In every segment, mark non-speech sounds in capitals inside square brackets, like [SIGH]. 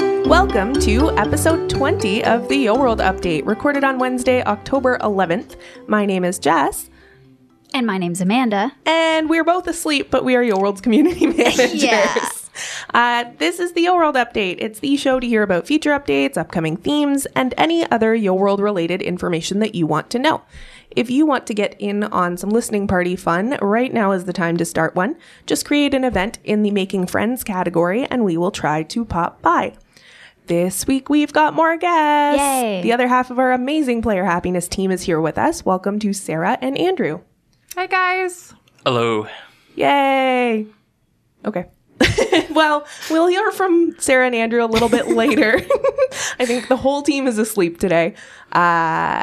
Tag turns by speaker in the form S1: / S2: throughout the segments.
S1: welcome to episode 20 of the Yo World Update, recorded on Wednesday, October 11th. My name is Jess,
S2: And my name's Amanda.
S1: and we're both asleep, but we are Yo World's community [LAUGHS] managers. Uh, this is the Yo World Update. It's the show to hear about future updates, upcoming themes, and any other Yo World related information that you want to know. If you want to get in on some listening party fun, right now is the time to start one. Just create an event in the Making Friends category, and we will try to pop by. This week we've got more guests.
S2: Yay.
S1: The other half of our amazing player happiness team is here with us. Welcome to Sarah and Andrew.
S3: Hi guys.
S4: Hello.
S1: Yay. Okay. [LAUGHS] well, we'll hear from Sarah and Andrew a little bit
S2: [LAUGHS]
S1: later. [LAUGHS] I think the whole team is asleep today. Uh,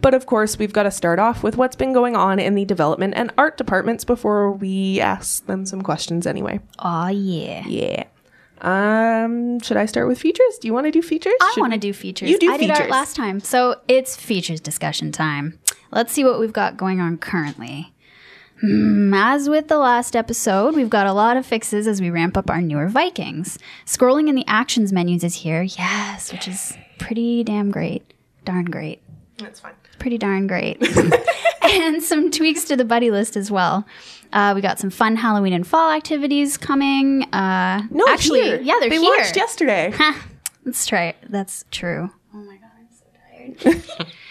S1: but of course, we've got to start off with what's been going on in the development and art departments before we ask them some questions anyway.
S2: Aw, yeah.
S1: Yeah. Um, should I start with features? Do you want to do features?
S2: I
S1: Should-
S2: want to do features.
S1: You do
S2: I did
S1: features.
S2: art last time. So it's features discussion time. Let's see what we've got going on currently. Hmm, As with the last episode, we've got a lot of fixes as we ramp up our newer Vikings. Scrolling in the actions menus is here, yes, which is pretty damn great. Darn great.
S1: That's fine.
S2: pretty darn great. [LAUGHS] and some tweaks to the buddy list as well. Uh, we got some fun Halloween and fall activities coming. Uh,
S1: No,
S2: actually,
S1: here.
S2: yeah, they're
S1: they
S2: here.
S1: launched yesterday.
S2: Let's try it. That's true. Oh my god, I'm so tired. [LAUGHS]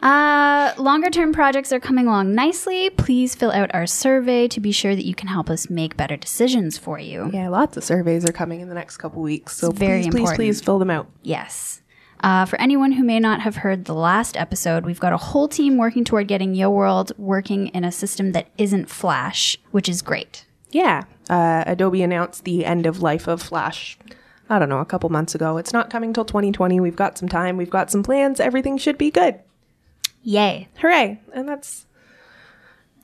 S2: Uh, longer term projects are coming along nicely. Please fill out our survey to be sure that you can help us make better decisions for you.
S1: yeah, lots of surveys are coming in the next couple weeks, so
S2: very
S1: please, please,
S2: important.
S1: please fill them out.
S2: Yes. Uh, for anyone who may not have heard the last episode, we've got a whole team working toward getting Yo World working in a system that isn't Flash, which is great.
S1: Yeah, uh, Adobe announced the end of life of Flash. I don't know, a couple months ago. It's not coming till 2020. We've got some time. We've got some plans. Everything should be good.
S2: Yay.
S1: Hooray! And that's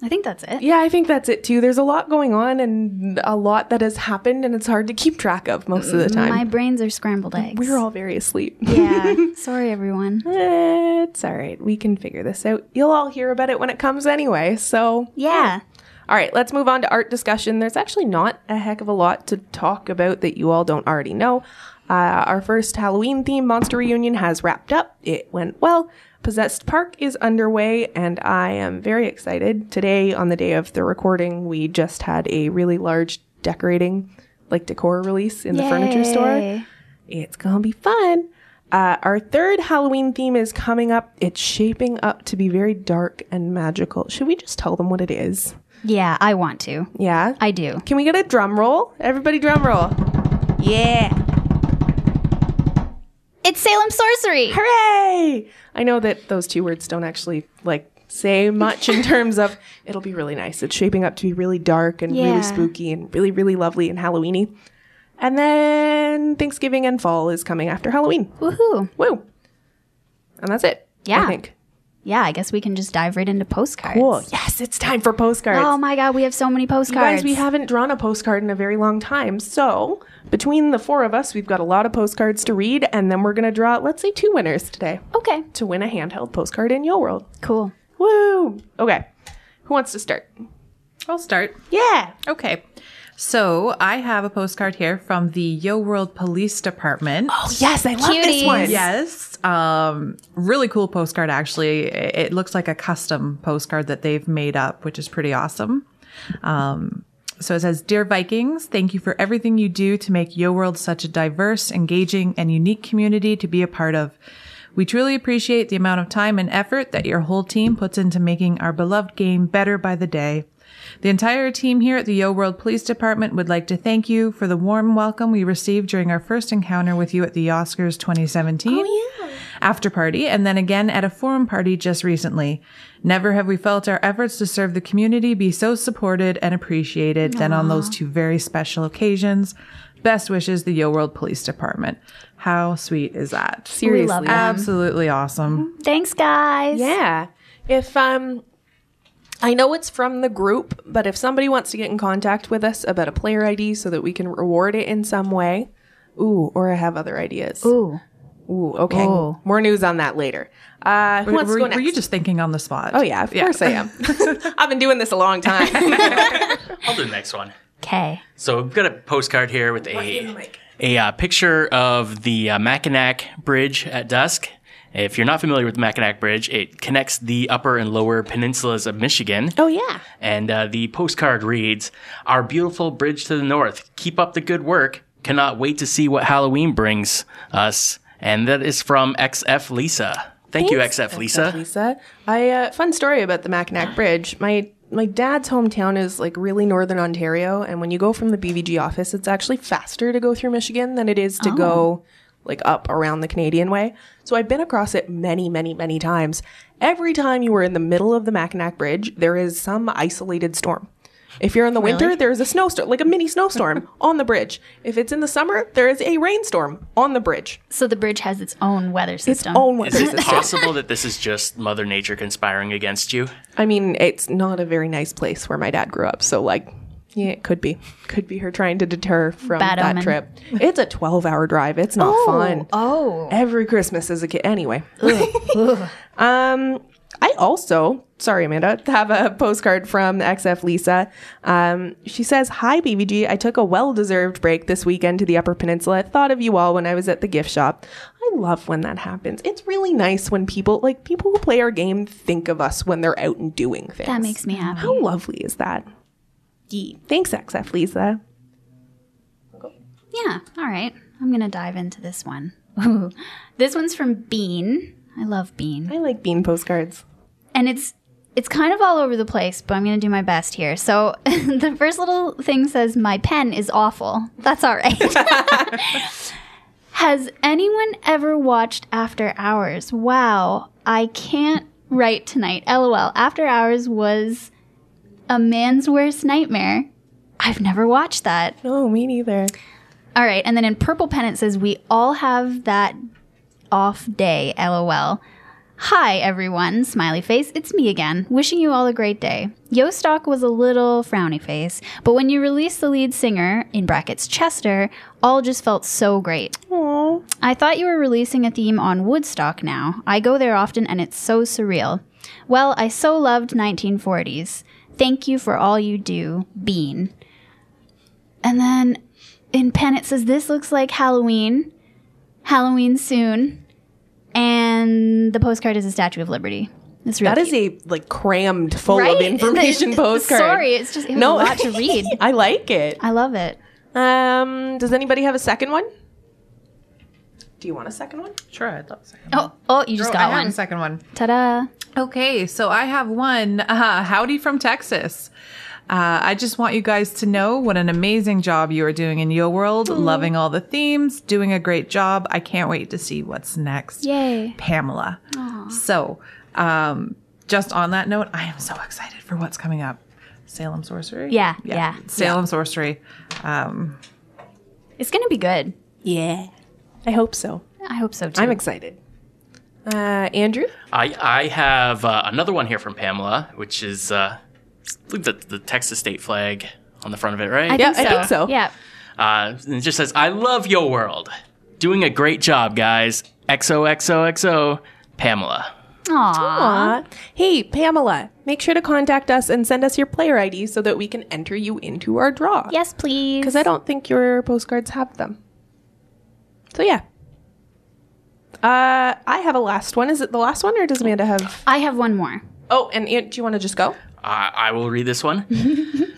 S2: I think that's it.
S1: yeah. I think that's it too. There's a lot going on and a lot that has happened, and it's hard to keep track of most of the time.
S2: My brains are scrambled
S1: [LAUGHS]
S2: eggs.
S1: We're all very asleep.
S2: yeah. Sorry, everyone.
S1: [LAUGHS] it's all right. We can figure this out. You'll all hear about it when it comes anyway. So
S2: Yeah.
S1: All right, let's move on to art discussion. There's actually not a heck of a lot to talk about that you all don't already know. Uh, our first Halloween themed monster reunion has wrapped up. It went well. Possessed Park is underway, and I am very excited. Today, on the day of the recording, we just had a really large decorating, like decor release in the furniture store.
S2: Yay.
S1: It's gonna be fun. Uh, our third Halloween theme is coming up. It's shaping up to be very dark and magical. Should we just tell them what it is?
S2: Yeah, I want to.
S1: Yeah.
S2: I do.
S1: Can we get a drum roll? Everybody, drum roll. Yeah.
S2: It's Salem Sorcery.
S1: Hooray! I know that those two words don't actually like say much
S2: [LAUGHS]
S1: in terms of it'll be really nice. It's shaping up to be really dark and
S2: Yeah.
S1: really spooky and really, really lovely and Halloweeny. And then Thanksgiving and fall is coming after Halloween.
S2: Woohoo.
S1: Woo! And that's it.
S2: Yeah.
S1: I think.
S2: Yeah, I guess we can just dive right into postcards.
S1: Cool. Yes, it's time for postcards.
S2: Oh my god, we have so many
S1: You
S2: postcards.
S1: guys, we haven't drawn a postcard in a very long time. So, between the four of us, we've got a lot of postcards to read, and then we're going to draw, let's say, two winners today
S2: Okay,
S1: to win a handheld postcard in your world.
S2: cool.
S1: Woo! Okay. Who wants to start?
S3: I'll start.
S1: Yeah.
S3: Okay. So I have a postcard here from the Yo World Police Department.
S1: Oh, yes. I love this
S2: Cuties.
S1: one.
S3: Yes. Um, really cool postcard, actually. It it looks like a custom postcard that they've made up, which is pretty awesome. Um, so it says Dear Vikings, thank you for everything you do to make Yo World such a diverse, engaging, and unique community to be a part of. We truly appreciate the amount of time and effort that your whole team puts into making our beloved game better by the day. The entire team here at the Yo World Police Department would like to thank you for the warm welcome we received during our first encounter with you at the Oscars 2017 after party and then again at a forum party just recently. Never have we felt our efforts to serve the community be so supported and appreciated than on those two very special occasions. Best wishes, the Yo World Police Department. How sweet is that?
S1: Seriously.
S2: love that.
S3: Absolutely awesome.
S2: Thanks, guys.
S1: Yeah. If, um, I know it's from the group, but if somebody wants to get in contact with us about a player ID so that we can reward it in some way, ooh, or I have other ideas.
S2: Ooh.
S1: Ooh, okay.
S2: Ooh.
S1: More news on that later. Uh, who wants
S3: Oh.
S1: to
S3: were,
S1: go
S3: were
S1: next?
S3: you just thinking on the spot?
S1: oh yeah, of course I
S3: [LAUGHS]
S1: am. [LAUGHS] I've been doing this a long time.
S4: I'll do the next one.
S2: Okay.
S4: So I've got a postcard here with a a uh, picture of the uh, Mackinac Bridge at dusk. If you're not familiar with the Mackinac Bridge, it connects the upper and lower peninsulas of Michigan.
S1: Oh, yeah.
S4: And uh, the postcard reads Our beautiful bridge to the north. Keep up the good work. Cannot wait to see what Halloween brings us. And that is from XF Lisa. Thank you,
S1: Thanks,
S4: XF Lisa.
S1: Lisa. I uh, fun story about the Mackinac Bridge. My my dad's hometown is like really northern Ontario, and when you go from the BVG office, it's actually faster to go through Michigan than it is to go like up around the Canadian way. So I've been across it many, many, many times. Every time you are in the middle of the Mackinac Bridge, there is some isolated storm. If you're in the winter, there is a snowstorm, like a mini snowstorm on the bridge. If it's in the summer, there is a rainstorm on the bridge.
S2: So the bridge has its own weather
S1: It's
S2: system.
S1: own weather [LAUGHS]
S4: Is it [LAUGHS]
S1: system.
S4: possible that this is just Mother Nature conspiring against you?
S1: I mean, it's not a very nice place where my dad grew up. So, like, yeah, it could be. Could be her trying to deter from
S2: Bad
S1: that
S2: omen.
S1: trip. It's a 12 hour drive. It's not fun.
S2: Oh.
S1: Every Christmas as a kid.
S2: [LAUGHS]
S1: Anyway. um, I also, sorry, Amanda, have a postcard from XF Lisa. Um, she says, Hi, BBG. I took a well deserved break this weekend to the Upper Peninsula. I thought of you all when I was at the gift shop. I love when that happens. It's really nice when people, like people who play our game, think of us when they're out and doing things.
S2: That makes me happy.
S1: How lovely is that? Yee. Thanks, XF Lisa.
S2: Yeah, all right. I'm going to dive into this one. [LAUGHS] Ooh. This one's from Bean. I love Bean.
S1: I like bean postcards.
S2: and it's it's kind of all over the place, but I'm going to do my best here. So [LAUGHS] the first little thing says, "My pen is awful." That's all right. Has anyone ever watched After Hours? Wow, I can't write tonight. LOL. After Hours was a man's worst nightmare. I've never watched that.
S1: No, me neither.
S2: All right, and then in purple pen it says, "We all have that off day." LOL. Hi everyone, smiley face. It's me again, wishing you all a great day. Yostock was a little frowny face, but when you released the lead singer in brackets Chester, all just felt so great.
S1: Aw.
S2: I thought you were releasing a theme on Woodstock now. I go there often and it's so surreal. Well, I so loved 1940s. Thank you for all you do, Bean. And then in pen it says, This looks like Halloween. Halloween soon. And the postcard is a Statue of Liberty. It's real
S1: That is
S2: cute.
S1: a like crammed full
S2: [LAUGHS]
S1: of information
S2: It's-
S1: postcard.
S2: Sorry, it's just it was
S1: No.
S2: a lot to read.
S1: I like it.
S2: I love it.
S1: Um, does anybody have a second one? Do you want a second one?
S3: Sure, I'd love a
S2: [LAUGHS]
S3: second.
S2: Oh, oh, you just
S3: I
S2: got
S3: have
S2: one.
S3: a second one.
S2: Ta-da!
S3: Okay, so I have one. [LAUGHS] Uh, howdy from Texas. Uh, I just want you guys to know what an amazing job you are doing in Yo World. Loving all the themes, doing a great job. I can't wait to see what's next.
S2: Yay!
S3: Pamela. So, um, just on that note, I am so excited for what's coming up. Salem Sorcery?
S2: Yeah, yeah.
S3: Salem Sorcery. Um,
S2: It's gonna be good.
S1: Yeah. I hope so.
S2: I hope so too.
S1: I'm excited. Uh, Andrew?
S4: I, I have uh, another one here from Pamela, which is, uh, I believe, the, the Texas state flag on the front of it, right?
S2: I
S1: Yeah,
S2: think so.
S1: I think so.
S2: Yeah.
S4: Uh, and it just says, I love your world. Doing a great job, guys. XOXOXO, Pamela.
S2: Aww.
S1: Aw. Hey, Pamela, make sure to contact us and send us your player ID so that we can enter you into our draw.
S2: Yes, please.
S1: Because I don't think your postcards have them. So, yeah. Uh, I have a last one. Is it the last one, or does Amanda have?
S2: I have one more.
S1: Oh, and Aunt, do you want to just go?
S4: I I will read this one.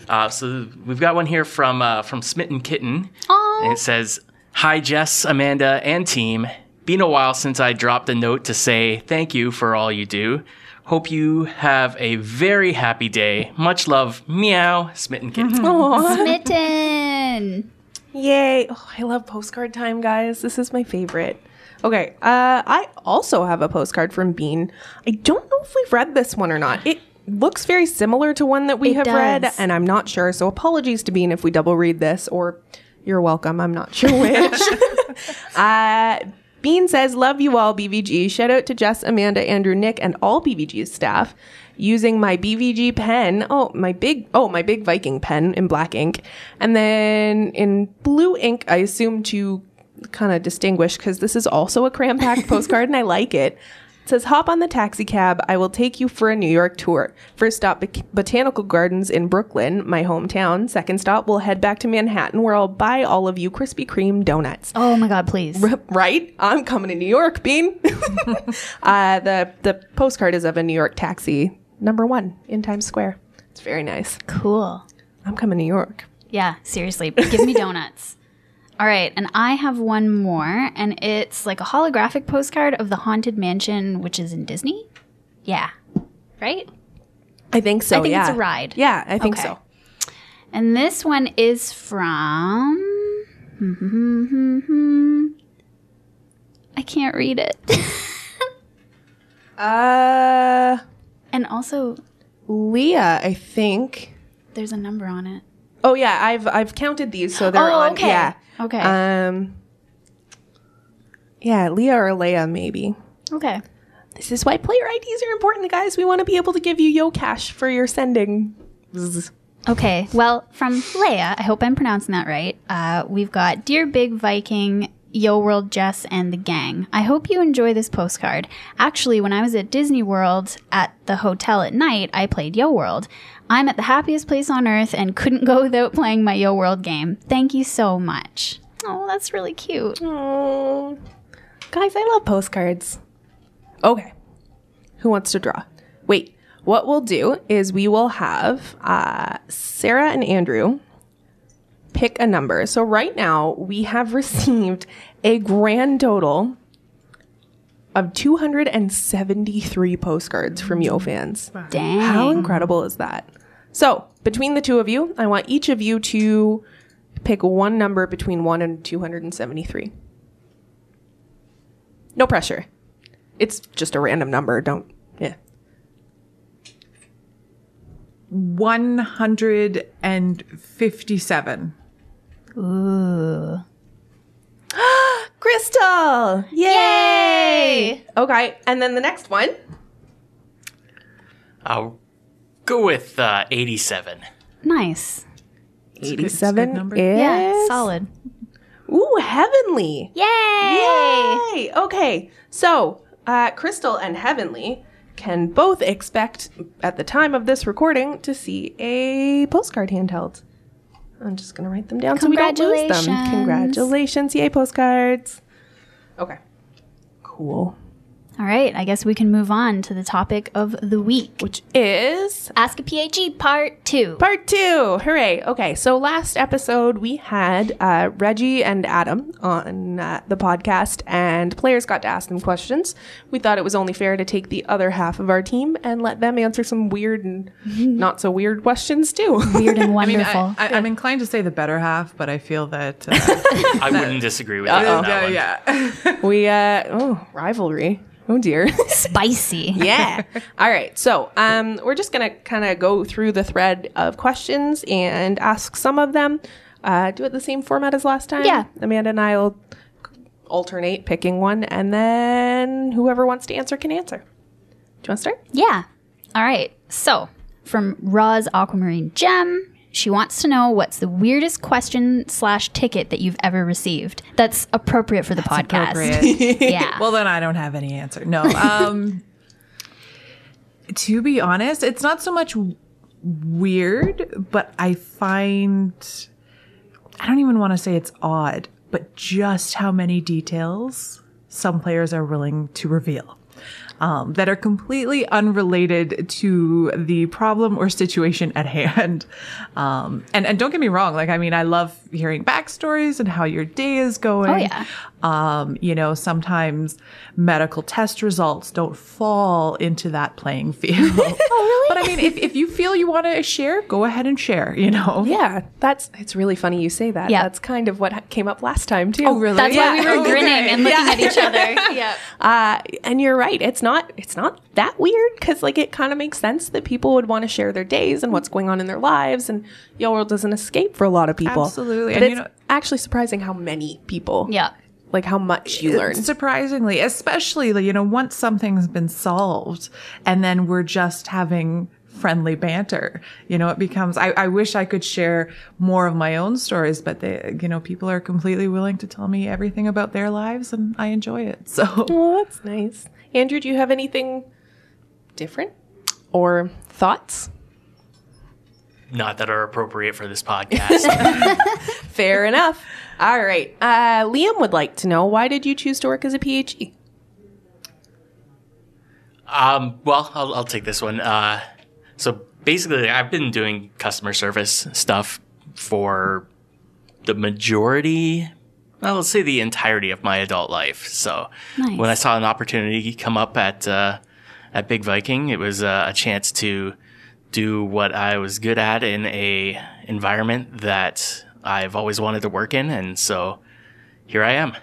S4: uh, so we've got one here from uh, from Smitten Kitten, and
S2: Aww.
S4: it says, "Hi Jess, Amanda, and team. Been a while since I dropped a note to say thank you for all you do. Hope you have a very happy day. Much love, meow, Smitten Kitten."
S1: Aw.
S2: Smitten.
S1: Yay. Oh, I love postcard time, guys. This is my favorite. Okay. Uh, I also have a postcard from Bean. I don't know if we've read this one or not. It looks very similar to one that we
S2: It
S1: have
S2: does.
S1: read, and I'm not sure. So, apologies to Bean if we double read this, or you're welcome. I'm not
S2: [LAUGHS]
S1: sure which. uh, Bean says, Love you all, BVG. Shout out to Jess, Amanda, Andrew, Nick, and all BVG staff. Using my BVG pen. Oh, my big, oh, my big Viking pen in black ink. And then in blue ink, I assume to kind of distinguish because this is also a cram packed postcard and I like it. It says, Hop on the taxi cab. I will take you for a New York tour. First stop, Bo- Botanical Gardens in Brooklyn, my hometown. Second stop, we'll head back to Manhattan where I'll buy all of you Krispy Kreme donuts.
S2: Oh my God, please.
S1: Right? I'm coming to New York, Bean. [LAUGHS] uh, the, the postcard is of a New York taxi, number one in Times Square. It's very nice.
S2: Cool.
S1: I'm coming to New York.
S2: Yeah, seriously. Give me donuts. [LAUGHS] All right, and I have one more, and it's like a holographic postcard of the Haunted Mansion, which is in Disney. Yeah. Right?
S1: I think so.
S2: I think
S1: Oh, yeah.
S2: it's a ride.
S1: Yeah, I think
S2: Okay.
S1: so.
S2: And this one is from. hmm, I can't read it. [LAUGHS]
S1: Uh,
S2: and also,
S1: Leah, I think.
S2: there's a number on it.
S1: Oh yeah, I've I've counted these, so they're
S2: Oh,
S1: on.
S2: okay.
S1: Yeah.
S2: Okay.
S1: Um. Yeah, Leah or Leia, maybe.
S2: Okay.
S1: This is why player IDs are important, guys. We want to be able to give you yo cash for your sending. Zzz.
S2: Okay, well, from Leia, I hope I'm pronouncing that right. Uh, we've got Dear Big Viking, Yo World Jess, and the gang. I hope you enjoy this postcard. Actually, when I was at Disney World at the hotel at night, I played Yo World. I'm at the happiest place on earth and couldn't go without playing my Yo World game. Thank you so much. Oh, that's really cute.
S1: Oh, guys, I love postcards. Okay, who wants to draw? Wait, what we'll do is we will have uh, Sarah and Andrew pick a number. So right now we have [LAUGHS] received a grand total of 273 postcards from Yo fans.
S2: Dang.
S1: How incredible is that? So, between the two of you, I want each of you to pick one number between 1 and 273. No pressure. It's just a random number. Don't. Yeah.
S3: 157.
S2: Ooh.
S1: Crystal! Yay! Okay, and then the next one.
S4: I'll go with uh, 87.
S2: Nice.
S3: a good- it's a good
S1: 87
S3: number.
S1: is.
S2: Yeah, solid.
S1: Ooh, heavenly.
S2: Yay!
S1: Yay! Okay, so uh, Crystal and Heavenly can both expect, at the time of this recording, to see a postcard handheld. I'm just going to write them down so we don't lose them.
S2: Congratulations.
S1: Congratulations! Yay, postcards. Okay, cool.
S2: All right, I guess we can move on to the topic of the week.
S1: Which is
S2: Ask a PHE Part 2.
S1: Part two. Hooray. Okay. So last episode, we had uh, Reggie and Adam on uh, the podcast, and players got to ask them questions. We thought it was only fair to take the other half of our team and let them answer some weird and not so weird questions, too. [LAUGHS]
S2: Weird and
S3: [LAUGHS] I mean,
S2: wonderful.
S3: I, I, I'm inclined to say the better half, but I feel that. Uh,
S4: I wouldn't disagree with you on that
S3: yeah,
S4: one.
S3: yeah.
S1: we, uh, oh, rivalry. Oh, dear. [LAUGHS]
S2: Spicy.
S1: yeah. All right. So um, we're just going to kind of go through the thread of questions and ask some of them. Uh, do it the same format as last time.
S2: Yeah.
S1: Amanda and I will alternate picking one, and then whoever wants to answer can answer. Do you want to start?
S2: Yeah. All right. So, from Roz Aquamarine Gem, she wants to know what's the weirdest question slash ticket that you've ever received. That's appropriate for the podcast.
S3: Appropriate.
S2: [LAUGHS] Yeah.
S3: [LAUGHS] well, then I don't have any answer. No. Um, to be honest, it's not so much w- weird, but I find I don't even want to say it's odd, but just how many details some players are willing to reveal. Um, that are completely unrelated to the problem or situation at hand. Um, and, and don't get me wrong, like, I mean, I love hearing backstories and how your day is going.
S2: Oh, yeah.
S3: Um, you know, sometimes medical test results don't fall into that playing field.
S1: [LAUGHS]
S3: oh, really? But I mean, if, if you feel you want to share, go ahead and share, you know?
S1: Yeah. That's it's really funny you say that.
S2: Yeah.
S1: That's kind of what ha- came up last time too.
S3: Oh, really?
S2: That's why we
S3: Yeah.
S2: were grinning and looking at each
S3: [LAUGHS]
S2: other. Yeah.
S1: Uh, and you're right. It's not it's not that weird because like it kind of makes sense that people would want to share their days and what's going on in their lives, and Yo World is an escape for a lot of people.
S3: Absolutely.
S1: but
S3: And
S1: it's
S3: you know-
S1: actually surprising how many people.
S2: Yeah.
S1: like how much you learn.
S3: Surprisingly, especially, you know, once something's been solved and then we're just having friendly banter. You know, it becomes, I, I wish I could share more of my own stories, but they, you know, people are completely willing to tell me everything about their lives and I enjoy it. So [LAUGHS]
S1: Well, that's nice. Andrew, do you have anything different or thoughts?
S4: Not that are appropriate for this podcast.
S1: Fair enough. [LAUGHS] All right. Uh, Liam would like to know why did you choose to work as a E? PhD?
S4: um, well, I'll, I'll take this one. Uh, so basically, I've been doing customer service stuff for the majority, well, let's say the entirety of my adult life. So
S2: Nice.
S4: when I saw an opportunity come up at uh, at Big Viking, it was uh, a chance to do what I was good at in a environment that I've always wanted to work in, and so here I am.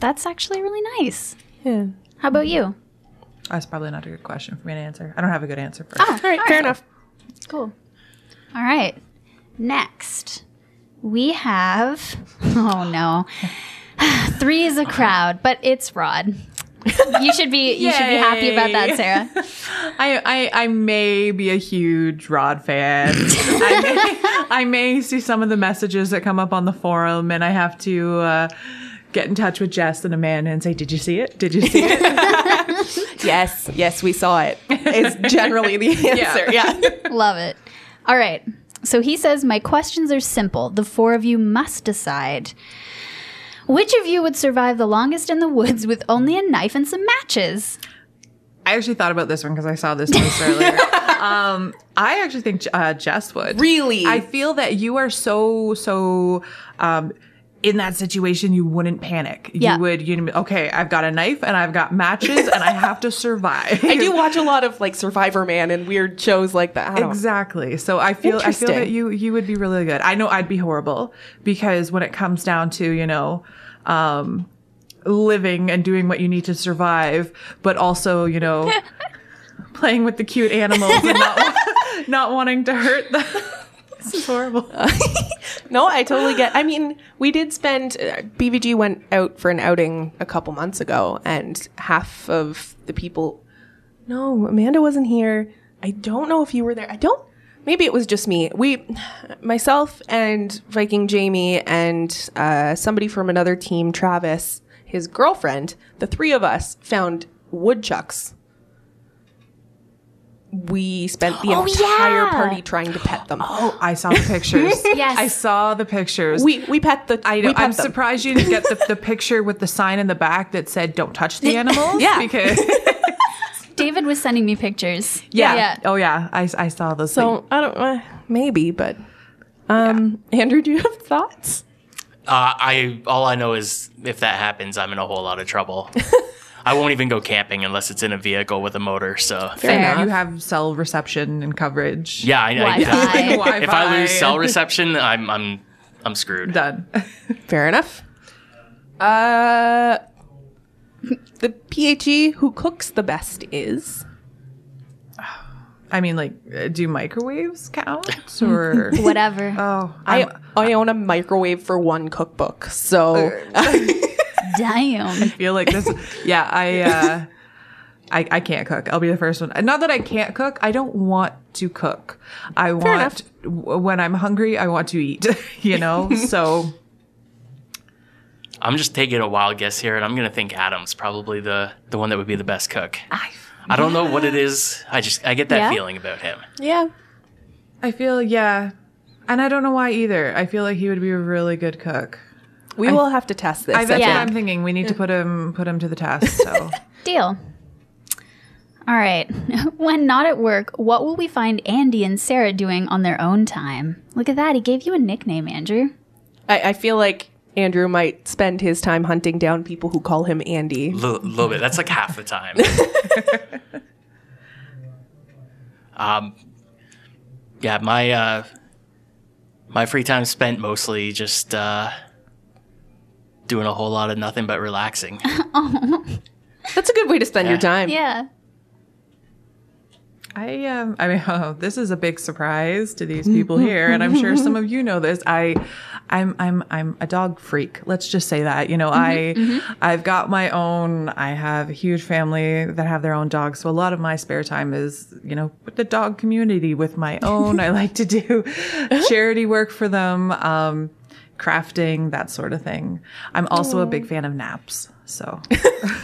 S2: That's actually really nice.
S1: Yeah.
S2: How about you?
S3: that's probably not a good question for me to answer. I don't have a good answer for it.
S1: All right. Fair enough.
S2: Cool. All right. Next, we have. [LAUGHS] Oh no, [SIGHS] three is a crowd, but it's Rod. You should be. You should be happy about that,
S3: Yay.
S2: Sarah.
S3: I, I I may be a huge Rod [LAUGHS] fan. I, may, I may see some of the messages that come up on the forum, and I have to uh, get in touch with Jess and Amanda and say, "Did you see it? Did you see it?"
S1: Yes. Yes, we saw it. Is generally the answer. Yeah.
S2: Love it. All right. So he says, My questions are simple. The four of you must decide. Which of you would survive the longest in the woods with only a knife and some matches?
S3: [LAUGHS] I actually thought about this one because I saw this [LAUGHS] post earlier. um, I actually think uh, Jess would.
S1: Really?
S3: I feel that you are so so. Um, in that situation, you wouldn't panic.
S2: Yeah.
S3: You would. You okay? I've got a knife and I've got matches and I have [LAUGHS] to survive.
S1: I
S3: [LAUGHS]
S1: do watch a lot of like Survivor Man and weird shows like that. I don't-
S3: Exactly. So I feel I feel that
S1: Interesting.
S3: you you would be really good. I know I'd be horrible because when it comes down to you know, um, living and doing what you need to survive, but also you [LAUGHS] know, playing with the cute animals and [LAUGHS] not not wanting to hurt them. [LAUGHS] this is horrible.
S1: No, I totally get. I mean, we did spend. Uh, BVG went out for an outing a couple months ago, and half of the people. No, Amanda wasn't here. I don't know if you were there. I don't. Maybe it was just me. We, myself and Viking Jamie and uh, somebody from another team, Travis, his girlfriend, the three of us found woodchucks. We spent
S3: [GASPS]
S1: the
S2: Oh,
S1: entire
S2: yeah.
S1: party trying to pet them.
S3: Oh, I saw the [LAUGHS] pictures.
S2: Yes.
S3: I saw the pictures.
S1: We we pet the.
S3: I
S1: we
S3: know,
S1: pet
S3: I'm
S1: them.
S3: surprised you didn't get the, the picture with the sign in the back that said "Don't touch [LAUGHS] the animals."
S1: Yeah.
S3: because
S2: David was sending me pictures.
S3: [LAUGHS] yeah, oh yeah, I, I saw those. things.
S1: So I don't uh, maybe, but um, Andrew, do you have thoughts?
S4: Uh, I all I know is if that happens, I'm in a whole lot of trouble. I won't even go camping unless it's in a vehicle with a motor. So
S1: Fair
S3: And
S1: enough.
S3: you have cell reception and coverage.
S4: yeah, I, I,
S2: Wi-Fi.
S3: Wi-Fi.
S4: [LAUGHS] if I lose cell reception, I'm I'm I'm screwed.
S3: done. [LAUGHS]
S1: Fair enough. Uh, the PHE who cooks the best is
S3: I mean, like, uh, do microwaves count or?
S1: [LAUGHS]
S2: Whatever.
S3: [LAUGHS] oh,
S1: I.
S3: I'm-
S1: I own a microwave for one cookbook, so
S2: Damn.
S3: feel like this. Yeah, I. Uh, I, I can't cook. I'll be the first one. Not that I can't cook. I don't want to cook. I
S1: enough.
S3: want w- when I'm hungry. I want to eat. [LAUGHS] You know. So
S4: I'm just taking a wild guess here, and I'm gonna think Adam's probably the the one that would be the best cook. I, don't know what it is. I just I get that
S2: Yeah?
S4: feeling about him.
S1: yeah.
S3: I feel yeah, and I don't know why either. I feel like he would be a really good cook.
S1: We will have to test this.
S3: I, that's
S1: I
S3: what
S2: Yeah.
S1: think.
S3: I'm thinking. We need to put him put him to the test. So
S2: Deal. All right. [LAUGHS] When not at work, what will we find Andy and Sarah doing on their own time? Look at that. He gave you a nickname, Andrew.
S1: I, I feel like Andrew might spend his time hunting down people who call him Andy.
S4: A little bit. That's like half the time. um, yeah, my uh, my free time spent mostly just uh, doing a whole lot of nothing but relaxing.
S1: That's a good way to spend your
S4: Yeah.
S1: time.
S2: [LAUGHS] Yeah.
S3: I [LAUGHS] um I mean oh, this is a big surprise to these people here and I'm sure some of you know this. I I'm I'm I'm a dog freak. Let's just say that. You know,
S1: Mm-hmm,
S3: I I've got my own. I have a huge family that have their own dogs. So a lot of my spare time is you know with the dog community with my own. I like
S1: [LAUGHS]
S3: to do charity work for them. Um, crafting that sort of thing. I'm also a big fan of naps.
S1: [LAUGHS]
S3: So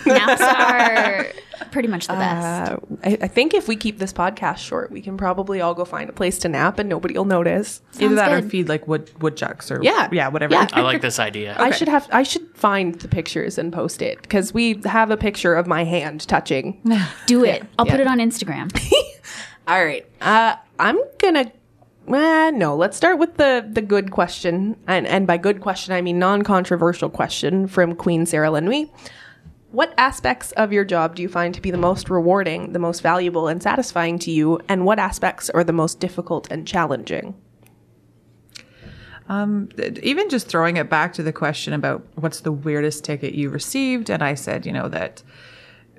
S2: Naps are pretty much the best.
S1: Uh, I, I think if we keep this podcast short, we can probably all go find a place to nap and nobody will notice.
S3: either that or
S2: good.
S3: feed like wood woodchucks or
S1: Yeah.
S3: yeah whatever.
S1: Yeah.
S4: I like this idea.
S1: I should have I should find the pictures and post it because we have a picture of my hand touching.
S2: Do it. I'll put
S1: yeah.
S2: it
S1: [LAUGHS]
S2: on Instagram.
S1: All right, uh, I'm gonna. Uh, no, let's start with the the good question, and and by good question I mean non-controversial question from Queen Sarah Lenwy. What aspects of your job do you find to be the most rewarding, the most valuable, and satisfying to you, and what aspects are the most difficult and challenging?
S3: even just throwing it back to the question about what's the weirdest ticket you received and i said you know that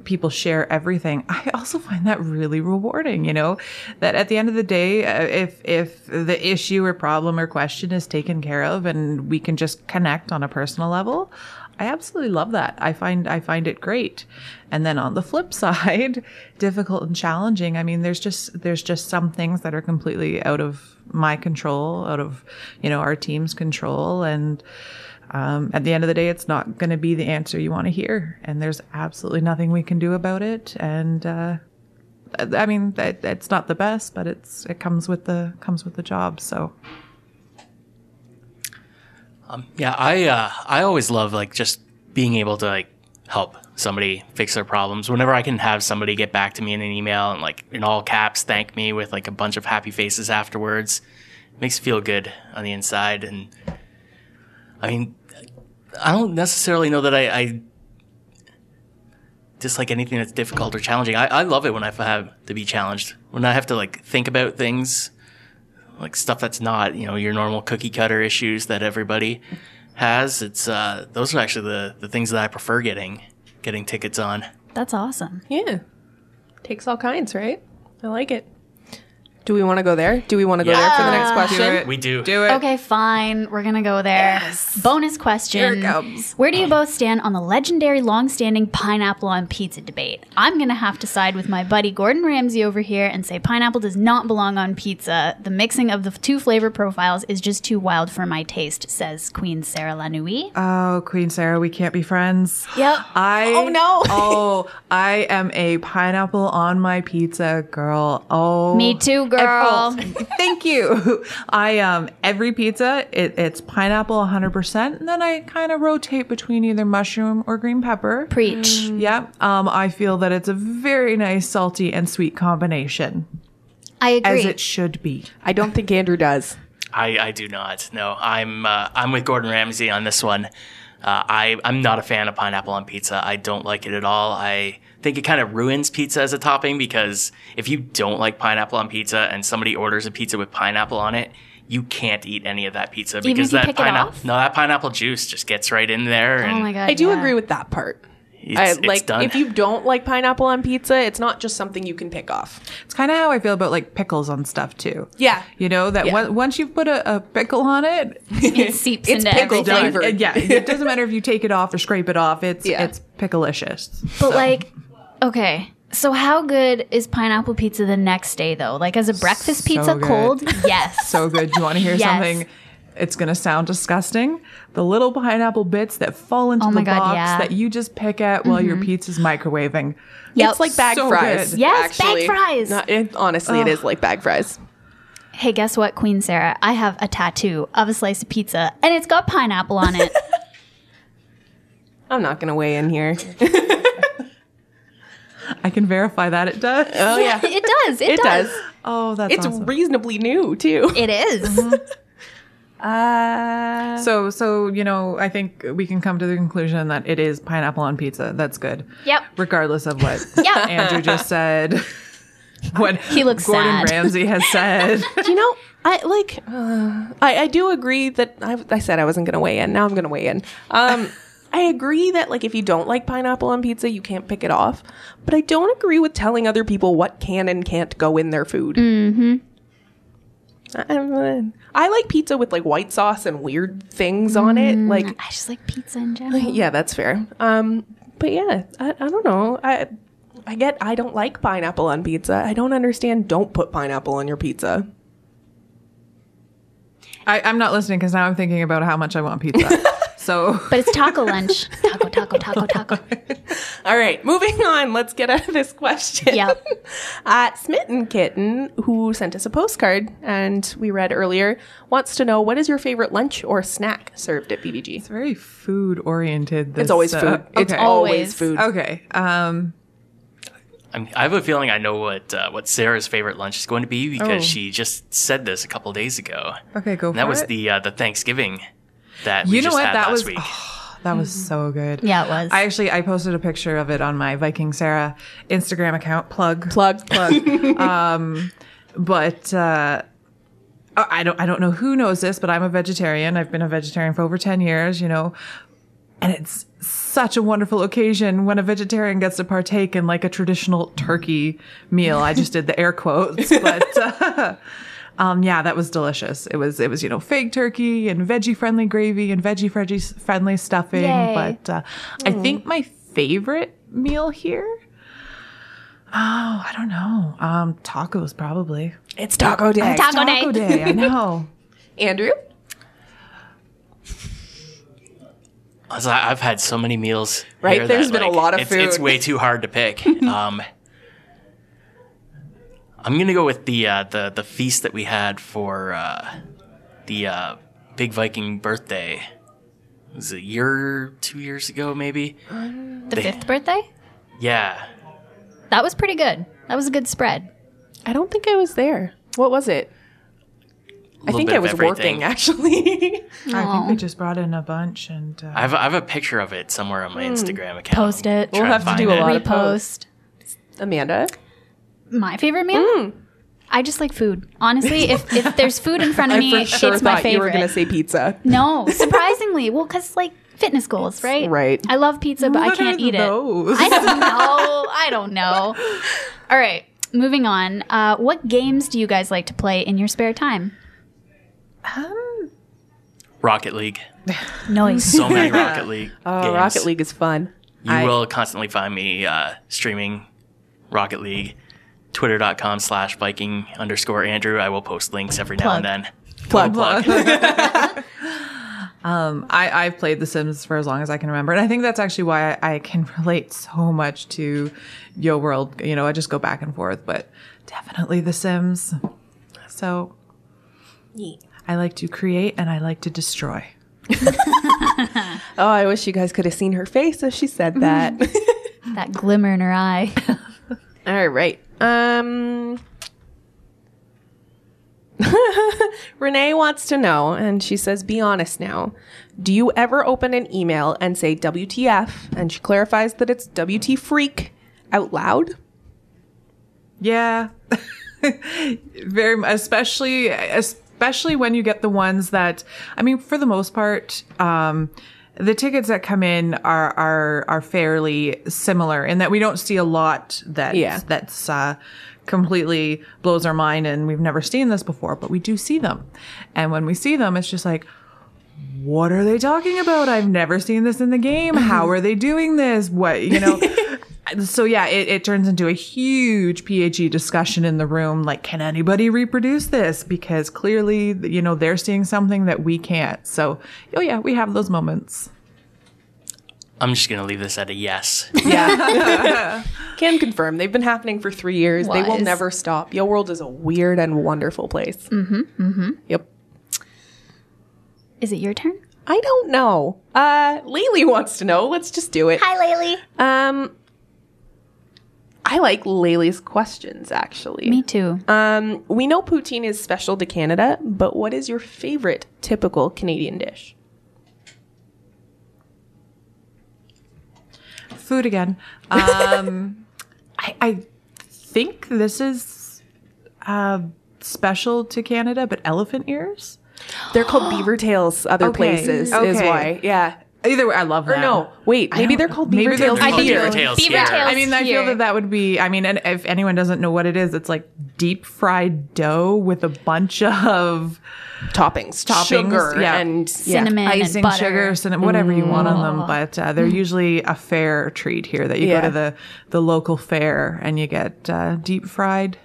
S3: people share everything [LAUGHS] i also find that really rewarding you know that at the end of the day uh, if if the issue or problem or question is taken care of and we can just connect on a personal level i absolutely love that i find i find it great and then on the flip [LAUGHS] side difficult and challenging i mean there's just there's just some things that are completely out of my control out of you know our team's control and um, at the end of the day, it's not going to be the answer you want to hear, and there's absolutely nothing we can do about it. And uh, I I mean, that it's not the best, but it's it comes with the comes with the job. So
S4: Yeah, I uh, I always love like just being able to like help somebody fix their problems. Whenever I can have somebody get back to me in an email and like in all caps thank me with like a bunch of happy faces afterwards, it makes me feel good on the inside. And I mean, I don't necessarily know that I, I dislike anything that's difficult or challenging. I, I love it when I have to be challenged, when I have to like think about things like stuff that's not you know your normal cookie cutter issues that everybody has. It's uh, those are actually the the things that I prefer getting getting tickets on.
S2: That's awesome.
S1: Yeah, takes all kinds, right? I like it. Do we want to go there? Do we want to go there for the next question?
S4: We do.
S3: do it.
S2: Okay, fine. We're gonna go there. Bonus question.
S3: Here it comes.
S2: Where do you both stand on the legendary, long-standing pineapple on pizza debate? I'm gonna have to side with my buddy Gordon Ramsay over here and say pineapple does not belong on pizza. The mixing of the two flavor profiles is just too wild for my taste, says Queen Sarah Lanui.
S3: Oh, Queen Sarah, we can't be friends.
S2: yep.
S3: I
S1: Oh, no.
S3: [LAUGHS] oh, I am a pineapple on my pizza girl. Oh,
S2: Me too, girl.
S3: Oh, thank you. [LAUGHS] I um every pizza it, it's pineapple 100, percent and then I kind of rotate between either mushroom or green pepper.
S2: Preach.
S3: Yeah, um, I feel that it's a very nice salty and sweet combination,
S2: I
S3: as
S2: agree.
S3: it should be.
S1: I don't think Andrew does.
S4: I, I do not. No, I'm uh, I'm with Gordon Ramsay on this one. Uh, I I'm not a fan of pineapple on pizza. I don't like it at all. I think it kind of ruins pizza as a topping because if you don't like pineapple on pizza and somebody orders a pizza with pineapple on it, you can't eat any of that pizza
S2: Even
S4: because
S2: if you
S4: that
S2: pick it
S4: pineapple
S2: off?
S4: no that pineapple juice just gets right in there and
S2: oh my god.
S1: I do
S2: yeah.
S1: agree with that part.
S4: It's,
S1: I,
S4: it's
S1: like
S4: done.
S1: if you don't like pineapple on pizza, it's not just something you can pick off.
S3: It's kind of how I feel about like pickles on stuff too.
S1: Yeah.
S3: you know that
S1: Yeah.
S3: on- once you've put a, a pickle on it,
S2: It seeps
S1: It's
S2: into
S1: pickled
S2: everything.
S1: flavor.
S3: it-
S1: [LAUGHS]
S3: yeah, it doesn't matter if you take it off or scrape it off. It's
S1: Yeah.
S3: it's picklicious.
S2: But like, okay. So how good is pineapple pizza the next day though? Like as a breakfast pizza
S1: [LAUGHS]
S3: good.
S2: cold? Yes.
S3: so good. Do you want to hear
S2: Yes.
S3: something? It's going to sound disgusting. The little pineapple bits that fall into
S2: Oh my
S3: the
S2: God,
S3: box
S2: yeah.
S3: that you just pick at while
S1: Mm-hmm.
S3: your pizza's microwaving.
S2: Yep.
S1: It's like bag
S3: So
S1: fries.
S3: good.
S2: Yes, bag
S1: actually.
S2: fries.
S1: Not- it- honestly, it is like bag fries.
S2: hey, guess what, Queen Sarah? I have a tattoo of a slice of pizza and it's got pineapple on it.
S1: I'm not gonna weigh in here.
S3: I can verify that it does.
S1: [LAUGHS] Oh yeah,
S2: it does. It,
S1: it
S2: does.
S1: does.
S3: oh, that's
S1: It's
S3: awesome.
S1: reasonably new too.
S2: It is.
S1: [LAUGHS] Uh,
S3: so, so you know, I think we can come to the conclusion that it is pineapple on pizza. That's good.
S2: Yep.
S3: Regardless
S1: [LAUGHS]
S3: of what
S2: Yep.
S3: Andrew just said, what
S2: He looks
S3: Gordon
S2: sad.
S3: Ramsay has
S1: [LAUGHS]
S3: said.
S1: you know, I like. Uh, I, I do agree that I, I said I wasn't gonna weigh in. Now I'm gonna weigh in. Um, I agree that like if you don't like pineapple on pizza, you can't pick it off. But I don't agree with telling other people what can and can't go in their food. I- I'm, uh, I like pizza with like white sauce and weird things on it. Like,
S2: I just like pizza in general.
S1: yeah, that's fair. Um, but yeah, I, I don't know. I I get I don't like pineapple on pizza. I don't understand. Don't put pineapple on your pizza.
S3: I, I'm not listening because now I'm thinking about how much I
S1: [LAUGHS]
S3: want pizza. so
S2: But it's taco lunch. Taco, taco, taco, taco.
S1: All right, moving [LAUGHS] on. Let's get out of this question.
S2: Yep.
S1: [LAUGHS] Uh, Smitten Kitten, who sent us a postcard and we read earlier, wants to know what is your favorite lunch or snack served at BBG?
S3: it's very food oriented.
S1: It's always food. It's always
S3: okay.
S2: uh, Always. Uh,
S1: food.
S3: okay. Um,
S4: I'm, I have a feeling I know what uh, what Sarah's favorite lunch is going to be
S1: Oh.
S4: because she just said this a couple days ago.
S3: okay, go.
S4: And
S3: for
S4: that was
S3: it.
S4: the uh, the Thanksgiving that we
S3: You know
S4: just
S3: what?
S4: had
S3: That
S4: last
S3: was
S4: week.
S3: oh, that was so good.
S2: Mm-hmm. Yeah, it was.
S3: I actually I posted a picture of it on my Viking Sarah Instagram account. Plug. Um,
S1: Plug, plug.
S3: [LAUGHS] But uh, I I don't I don't know who knows this, but I'm a vegetarian. I've been a vegetarian for over ten years. You know. And it's such a wonderful occasion when a vegetarian gets to partake in like a traditional turkey meal. I just did the
S2: [LAUGHS]
S3: air quotes, but uh, um, yeah, that was delicious. It was it was you know fake turkey and veggie friendly gravy and veggie friendly friendly stuffing.
S2: Yay. Hmm.
S3: But uh, I think my favorite meal here. Oh, I don't know. Um, tacos probably.
S1: it's taco day.
S2: Taco, day.
S3: day.
S2: [LAUGHS]
S3: I know.
S1: Andrew?
S4: I was like, I've had so many meals.
S1: Right?
S4: here
S1: There's
S4: that,
S1: been a
S4: like,
S1: lot of
S4: it's, It's
S1: food.
S4: way too hard
S1: [LAUGHS]
S4: to pick. um, I'm gonna go with the uh, the the feast that we had for uh, the uh, big Viking birthday. It was a year, two years ago, maybe.
S2: The fifth birthday?
S4: Yeah,
S2: That was pretty good. That was a good spread.
S1: I don't think I was there. What was it? I
S4: little
S1: think
S4: bit
S1: I
S4: of
S1: was
S4: everything.
S1: working [LAUGHS] actually.
S3: I think we just brought in a bunch and. Uh,
S4: I have, I have a picture of it somewhere on my Instagram account.
S2: Hmm. Post it.
S4: Try
S1: We'll have to
S4: find
S1: do a
S4: it.
S1: lot of
S2: Repost.
S1: Amanda?
S2: My favorite meal?
S1: Mm.
S2: I just like food. Honestly,
S1: [LAUGHS]
S2: if, if there's food in front of me,
S1: I for sure
S2: it's
S1: thought
S2: my favorite.
S1: you were going to say [LAUGHS] pizza.
S2: No, surprisingly. well, because like fitness goals, right?
S1: right.
S2: I love pizza, but I
S3: What
S2: can't
S3: are
S2: eat
S3: those?
S2: it. I don't know. I don't know.
S1: [LAUGHS]
S2: All right, moving on. Uh, what games do you guys like to play in your spare time?
S4: Rocket League.
S1: [LAUGHS]
S2: Noise. [LAUGHS]
S4: So many Rocket League.
S1: Oh,
S4: games.
S1: Rocket League is fun.
S4: You
S3: I-
S4: will constantly find me uh, streaming Rocket League, twitter.com slash Viking underscore Andrew. I will post links every now and
S2: Plug.
S4: then.
S1: Plug,
S4: Plug.
S3: Um, I, I've played The Sims for as long as I can remember. And I think that's actually why I, I can [LAUGHS] relate so much to Yo World. You know, I just go back and forth, but definitely The Sims. So I like to create and I like to destroy.
S1: Oh, I wish you guys could have seen her face if she said that.
S2: [LAUGHS] that glimmer in her eye. [LAUGHS]
S1: All right. Um [LAUGHS] Renee wants to know, and she says, Be honest now. Do you ever open an email and say WTF? And she clarifies that it's WT freak out loud.
S3: Yeah. [LAUGHS] Very mu- especially especially when you get the ones that I mean for the most part um the tickets that come in are are are fairly similar in that we don't see a lot that
S1: Yeah.
S3: that's uh completely blows our mind and we've never seen this before but we do see them. And when we see them it's just like what are they talking about? I've never seen this in the game. How are they doing this? What, you know? so, yeah, it, it turns into a huge PHE discussion in the room. Like, can anybody reproduce this? Because clearly, you know, they're seeing something that we can't. So, oh, yeah, we have those moments.
S4: I'm just going to leave this at a yes.
S1: Can confirm. They've been happening for three years. They will
S2: Wise.
S1: never stop. Yo World is a weird and wonderful place. Mm-hmm. Mm-hmm. Yep.
S2: Is it your turn?
S1: I don't know. Uh Lily wants to know. Let's just do it.
S2: Hi, Laylee.
S1: Um I like Lely's questions actually.
S2: Me too.
S1: Um, we know poutine is special to Canada, but what is your favorite typical Canadian dish?
S3: Food again. Um, [LAUGHS] I, I think this is uh, special to Canada, but elephant ears?
S1: They're called beaver tails other
S3: Okay.
S1: places is
S3: Okay.
S1: why. Yeah.
S3: Either way, I love
S1: Or
S3: that.
S1: no, wait, maybe they're called
S3: Maybe
S1: beaver
S3: they're
S1: tails
S3: called
S1: here.
S4: Beaver Tails
S2: Beaver
S4: here.
S2: Tails
S4: I
S3: I mean, I feel
S2: here.
S3: that that would be. I mean, and if anyone doesn't know what it is, it's like deep fried dough with a bunch [LAUGHS] of
S1: toppings,
S3: Toppings,
S1: sugar,
S3: yeah.
S1: and
S2: Cinnamon and
S3: icing,
S2: butter.
S3: sugar, cinnamon, whatever you want on them. But uh, they're usually a fair treat here. That you
S1: Yeah.
S3: go to the the local fair and you get uh, deep fried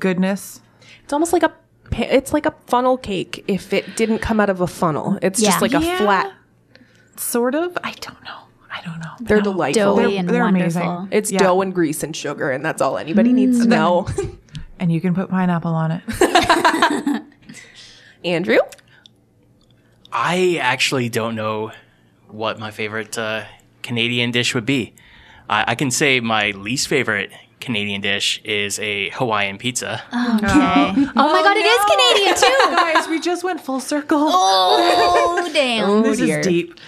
S3: goodness.
S1: Yeah. It's almost like a pa- it's like a funnel cake if it didn't come out of a funnel. It's
S2: Yeah.
S1: just like a
S3: Yeah.
S1: flat.
S3: Sort of. I don't know. I don't know.
S1: They're delightful.
S2: doughy
S1: They're-
S2: and
S3: they're
S2: wonderful.
S3: amazing.
S1: it's
S3: Yeah.
S1: dough and grease and sugar, and that's all anybody needs to [LAUGHS] know.
S3: And you can put pineapple on [LAUGHS] it.
S1: Andrew,
S4: I actually don't know what my favorite uh, Canadian dish would be. I-, I can say my least favorite Canadian dish is a Hawaiian pizza.
S2: Okay. Oh, my god, it is Canadian
S1: [LAUGHS]
S2: too.
S3: Guys, we just went full circle.
S2: Oh damn.
S3: this
S1: dear.
S3: is [GASPS] deep.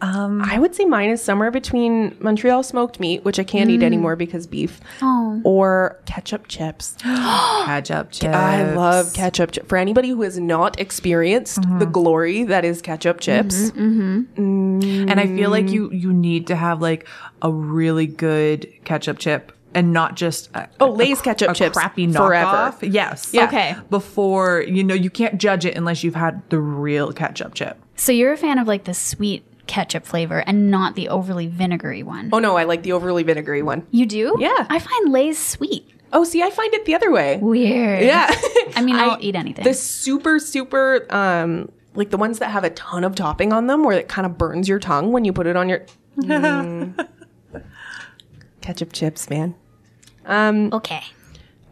S1: I would say mine is somewhere between Montreal smoked meat, which I can't eat anymore because beef,
S2: Oh.
S1: or ketchup chips.
S3: Ketchup
S1: [GASPS]
S3: chips.
S1: I love ketchup chip. For anybody who has not experienced the glory that is ketchup chips,
S3: and I feel like you you need to have like a really good ketchup chip and not just a,
S1: Oh, Lay's
S3: cr-
S1: ketchup
S3: a
S1: chips
S3: crappy
S1: forever.
S3: knockoff. Yes.
S2: Okay.
S3: Before you know, you can't judge it unless you've had the real ketchup chip.
S2: So you're a fan of like the sweet ketchup flavor and not the overly vinegary one.
S1: Oh no, I like the overly vinegary one.
S2: You do?
S1: Yeah.
S2: I find Lay's sweet.
S1: Oh, see, I find it the other way.
S2: Weird.
S1: Yeah. [LAUGHS]
S2: I mean, I'll eat anything.
S1: the super super um like the ones that have a ton of topping on them where it kind of burns your tongue when you put it on
S3: [LAUGHS]
S1: your Mm. ketchup chips, man.
S2: okay.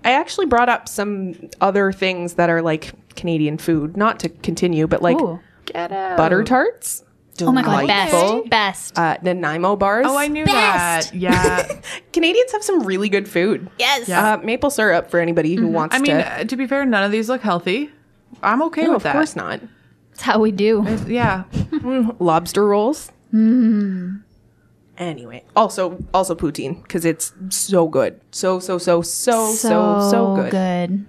S1: I actually brought up some other things that are like Canadian food, not to continue, but like
S2: Ooh.
S1: butter tarts.
S2: Oh my god,
S1: delightful.
S2: best. Best.
S1: Uh, Nanaimo bars.
S3: Oh, I knew
S2: Best.
S3: that. [LAUGHS] Yeah.
S1: Canadians have some really good food.
S2: yes.
S1: Uh, maple syrup for anybody who wants
S3: I mean,
S1: to.
S3: uh, to be fair, none of these look healthy. I'm okay
S1: No,
S3: with
S1: of
S3: that.
S1: course not.
S2: That's how we do.
S3: [LAUGHS] Yeah.
S1: lobster rolls. Mm-hmm. Anyway, also also poutine because it's so good, so so so so so so good.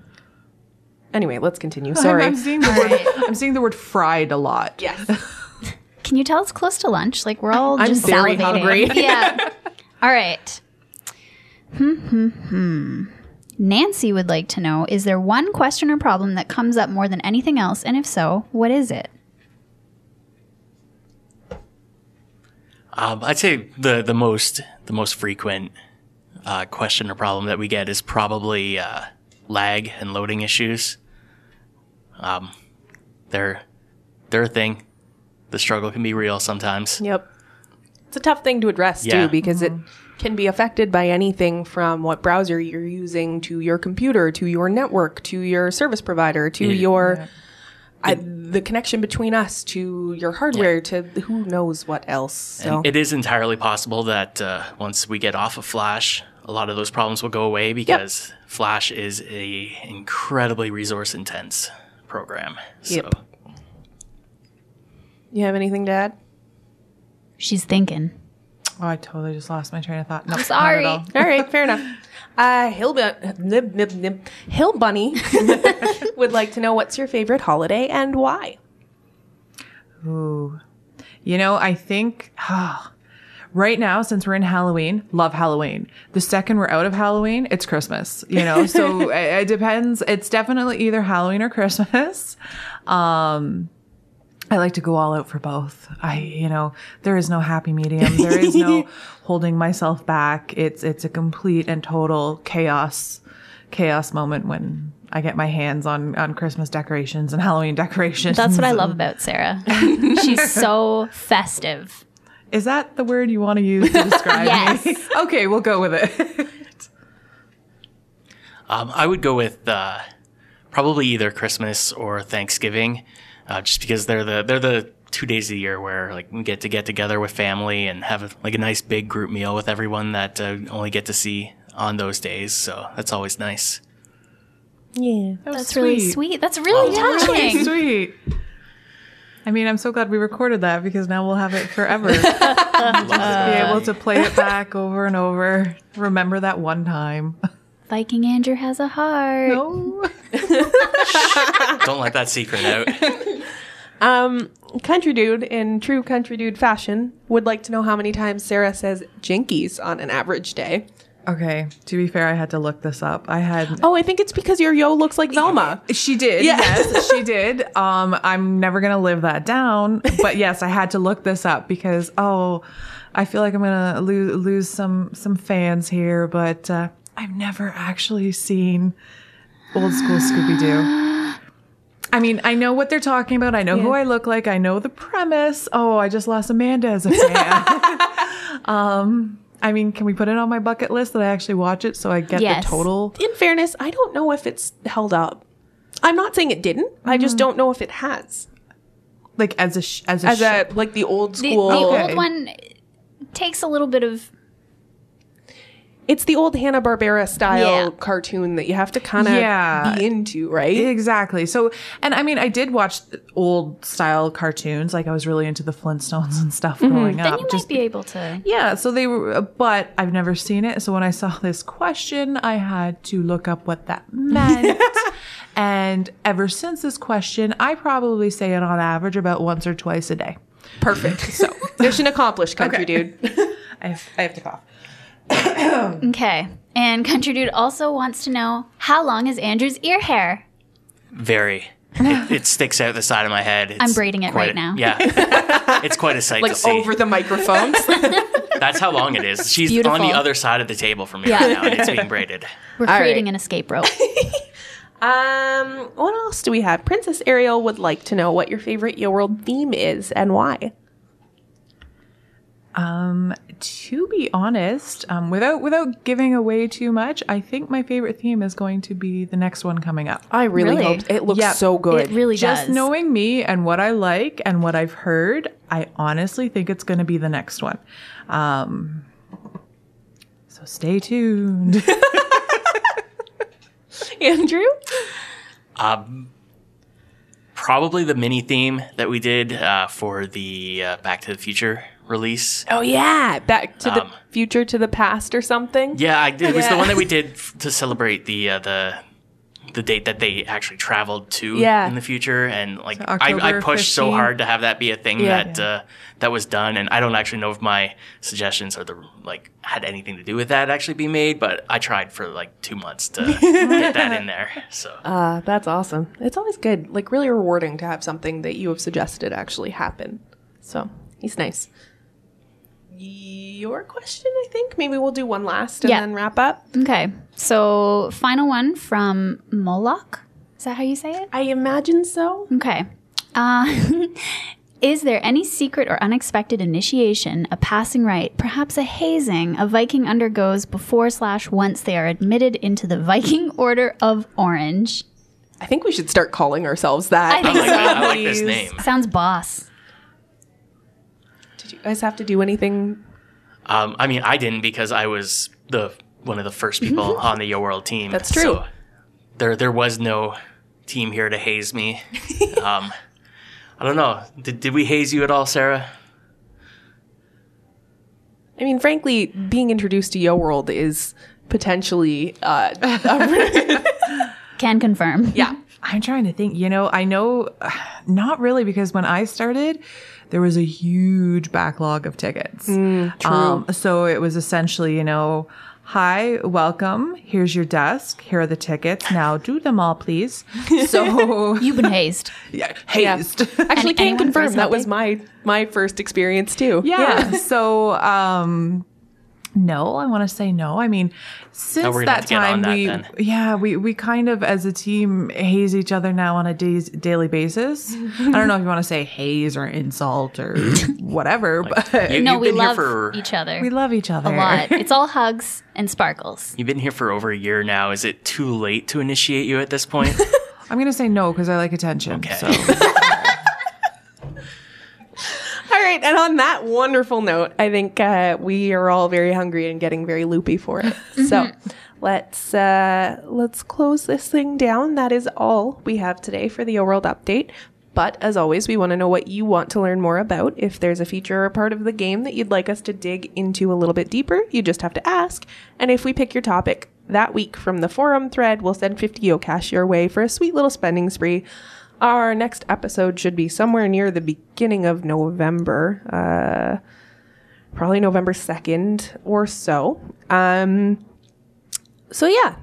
S1: Anyway, let's continue. Sorry.
S3: I'm seeing the word. I'm seeing the word fried a lot.
S1: yes.
S2: Can you tell it's close to lunch? Like we're all
S1: I'm
S2: just
S1: very
S2: salivating.
S1: hungry.
S2: [LAUGHS]
S1: [LAUGHS]
S2: yeah. All right. Hmm, hmm, hmm. Nancy would like to know: Is there one question or problem that comes up more than anything else, and if so, what is it?
S4: Um, I'd say the, the most the most frequent uh, question or problem that we get is probably uh, lag and loading issues. Um, they're they're a thing. The struggle can be real sometimes.
S1: Yep. It's a tough thing to address
S4: Yeah.
S1: too because it can be affected by anything from what browser you're using to your computer to your network to your service provider to your. I, the connection between us to your hardware to who knows what else. So
S4: It is entirely possible that uh, once we get off of Flash, a lot of those problems will go away because Flash is a incredibly resource intense program. So
S1: Yep. you have anything to add?
S2: She's thinking.
S3: Oh, I totally just lost my train of thought. No, not at
S2: sorry.
S3: all.
S1: All right, fair enough. [LAUGHS] Uh, Hill, bu- nib, nib, nib. Hill Bunny [LAUGHS] would like to know what's your favorite holiday and why.
S3: Ooh. You know, I think ah, right now, since we're in Halloween, love Halloween. The second we're out of Halloween, it's Christmas, you
S2: [LAUGHS]
S3: know? So it, it depends. It's definitely either Halloween or Christmas. Um, I like to go all out for both. I, you know, there is no happy medium. There
S2: [LAUGHS]
S3: is no holding myself back. It's, it's a complete and total chaos, chaos moment when I get my hands on, on Christmas decorations and Halloween decorations.
S2: That's what I love about [LAUGHS] Sarah. She's so festive.
S3: Is that the word you want to
S2: [LAUGHS]
S3: use to describe me?
S2: Yes.
S3: Okay, we'll go with it.
S4: Um, I would go with uh, probably either Christmas or Thanksgiving, uh, just because they're the they're the two days of the year where like we get to get together with family and have like a nice big group meal with everyone that uh, we only get to see on those days. So that's always nice.
S1: Yeah.
S2: That's really sweet. That's really touching.
S3: Really sweet. I mean, I'm so glad we recorded that because now we'll have it forever. Be able to play it back over and over. Remember that one time.
S2: Viking Andrew has a heart.
S3: Oh.
S4: Don't let that secret out.
S1: Um, country dude, in true country dude fashion, would like to know how many times Sarah says jinkies on an average day.
S3: Okay. To be fair, I had to look this up. I had.
S1: Oh, I think it's because your yo looks like Velma.
S3: She did.
S1: Yeah.
S3: Yes, she did. Um, I'm never gonna live that down. But yes, I had to look this up because oh, I feel like I'm gonna lose lose some some fans here. But uh, I've never actually seen old school Scooby Doo. I mean, I know what they're talking about. I know who I look like. I know the premise. Oh, I just lost Amanda as a fan. um, I mean, can we put it on my bucket list that I actually watch it so I get
S2: Yes.
S3: the total?
S1: [LAUGHS] In fairness, I don't know if it's held up. I'm not saying it didn't. I just don't know if it has.
S3: like as a sh- as a,
S1: As
S3: sh-
S1: a like the old
S2: The,
S1: school.
S2: the
S3: Okay.
S2: old one takes a little bit of
S1: It's the old Hanna Barbera style
S2: Yeah.
S1: cartoon that you have to kind of
S3: Yeah.
S1: be into, right?
S3: [LAUGHS] exactly so and i mean i did watch old style cartoons like i was really into the flintstones and stuff growing
S2: then
S3: up
S2: you might be able to
S3: yeah so they were uh, but i've never seen it so when i saw this question i had to look up what that [LAUGHS] meant and ever since this question i probably say it on average about once or twice a day
S1: Perfect. [LAUGHS] So mission accomplished, country
S3: Okay.
S1: dude.
S3: i have, I have to cough
S2: okay and country dude also wants to know how long is andrew's ear hair
S4: [LAUGHS] Very. It, it sticks out the side of my head. It's
S2: braiding it
S4: quite
S2: right
S4: a-
S2: now. [LAUGHS]
S4: Yeah. it's quite a sight to
S1: Like
S4: see.
S1: over the microphones.
S4: That's how long
S2: [LAUGHS]
S4: it is. She's on
S2: beautiful.
S4: the other side of the table from me
S2: Yeah.
S4: right now, and
S2: [LAUGHS]
S4: it's being braided.
S2: we're
S1: All
S2: creating
S1: right.
S2: an escape [LAUGHS] rope
S1: [LAUGHS] Um, what else do we have? Princess Ariel would like to know what your favorite Yo World theme is and why.
S3: Um, to be honest, um, without without giving away too much, I think my favorite theme is going to be the next one coming up.
S1: I really,
S2: Really?
S1: hoped it looks
S3: Yep.
S1: so good.
S2: it really
S3: Just
S2: does
S3: knowing me and what I like and what I've heard, I honestly think it's going to be the next one. Um, so stay tuned. [LAUGHS]
S1: Andrew?
S4: Probably the mini theme that we did uh, for the uh, Back to the Future release.
S1: Oh yeah, back to
S4: Um,
S1: the future to the past or something.
S4: Yeah, I, it was
S1: Yeah.
S4: the one that we did f- to celebrate the uh, the the date that they actually traveled to
S1: Yeah.
S4: in the future, and like I, I
S3: October
S4: pushed so
S3: 15.
S4: hard to have that be a thing
S1: Yeah.
S4: that Uh, that was done. And I don't actually know if my suggestions or the like had anything to do with that actually being made, but I tried for like two months to
S1: [LAUGHS]
S4: get that in there. So
S1: Uh, that's awesome. It's always good, like really rewarding to have something that you have suggested actually happen. So he's nice. Your question, I think. Maybe we'll do one last and
S2: Yeah.
S1: then wrap up.
S2: okay so final one from moloch is that how you say it
S1: I imagine so.
S2: Okay. Uh, [LAUGHS] is there any secret or unexpected initiation, a passing rite, perhaps a hazing, a Viking undergoes before slash once they are admitted into the Viking [LAUGHS] Order of Orange?
S1: I think we should start calling ourselves that.
S2: I think
S4: I like,
S2: so.
S4: that- I like this
S3: Please.
S2: [LAUGHS]
S4: name.
S2: Sounds boss.
S1: Did you guys have to do anything?
S4: Um, I mean, I didn't because I was the one of the first
S2: Mm-hmm.
S4: people on the Yo World team.
S1: That's true.
S4: So there, there was no team here to haze
S2: [LAUGHS]
S4: me. um, I don't know. Did, did we haze you at all, Sarah?
S1: I mean, frankly, being introduced to Yo World is potentially
S2: [LAUGHS]
S1: uh, a-
S2: Can confirm.
S1: yeah.
S3: I'm trying to think. You know, I know [SIGHS] not really because when I started, there was a huge backlog of tickets. true. Um, so it was essentially, you know, hi, welcome. Here's your desk. Here are the tickets. Now do them all, [LAUGHS] please. So
S2: [LAUGHS]
S3: [LAUGHS]
S2: You've been hazed.
S3: yeah,
S1: Yeah.
S3: haste. [LAUGHS]
S1: Actually,
S2: And
S1: can
S2: anyone
S1: confirm
S2: who's
S1: that was
S2: helping?
S1: my my first experience too.
S3: yeah. [LAUGHS] So, um, no, I want to say no. I mean, since
S4: we're gonna have
S3: that
S4: to get on
S3: time,
S4: that
S3: we
S4: then.
S3: yeah, we we kind of as a team haze each other now on a days, daily basis. I don't know if you want to say haze or insult
S4: [LAUGHS]
S3: or whatever, but
S4: You,
S2: Uh, No,
S4: you've
S2: we
S4: been
S2: love
S4: here for
S2: each other
S3: we love each other
S2: a
S4: [LAUGHS]
S2: lot. It's all hugs and sparkles.
S4: you've been here for over a year now. Is it too late to initiate you at
S2: [LAUGHS]
S4: this point?
S3: I'm gonna say no because I like attention. So
S1: [LAUGHS] All right, and on that wonderful note, I think uh, we are all very hungry and getting very loopy for it. So let's uh, let's close this thing down. That is all we have today for the Yo World update. But as always, we want to know what you want to learn more about. If there's a feature or a part of the game that you'd like us to dig into a little bit deeper, you just have to ask. And if we pick your topic that week from the forum thread, we'll send 50 Yo Cash your way for a sweet little spending spree Our next episode should be somewhere near the beginning of November, uh, probably November 2nd or so. Um, so, yeah,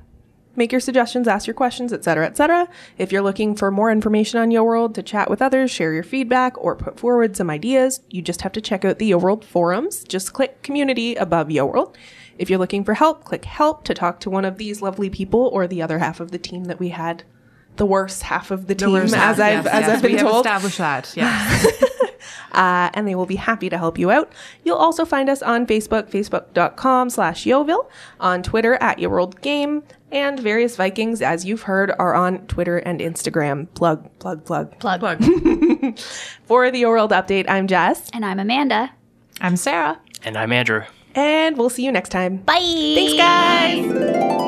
S1: make your suggestions, ask your questions, etc., etc. If you're looking for more information on Yo World to chat with others, share your feedback, or put forward some ideas, you just have to check out the Yo World forums. Just click community above Yo World. If you're looking for help, click help to talk to one of these lovely people or the other half of the team that we had. The worst half of the team, as
S3: Yes,
S1: I've
S3: yes,
S1: as
S3: yes,
S1: I've been
S3: we
S1: told
S3: have established that. Yes.
S1: uh, and they will be happy to help you out. You'll also find us on Facebook, facebook.com slash Yoville, on Twitter at YourWorldGame, and various Vikings, as you've heard, are on Twitter and Instagram. Plug, plug, plug.
S2: Plug.
S1: For the Your World update, I'm Jess,
S2: And I'm Amanda.
S3: [SIGHS] I'm Sarah.
S4: And I'm Andrew.
S1: and we'll see you next time.
S2: Bye.
S1: Thanks, guys!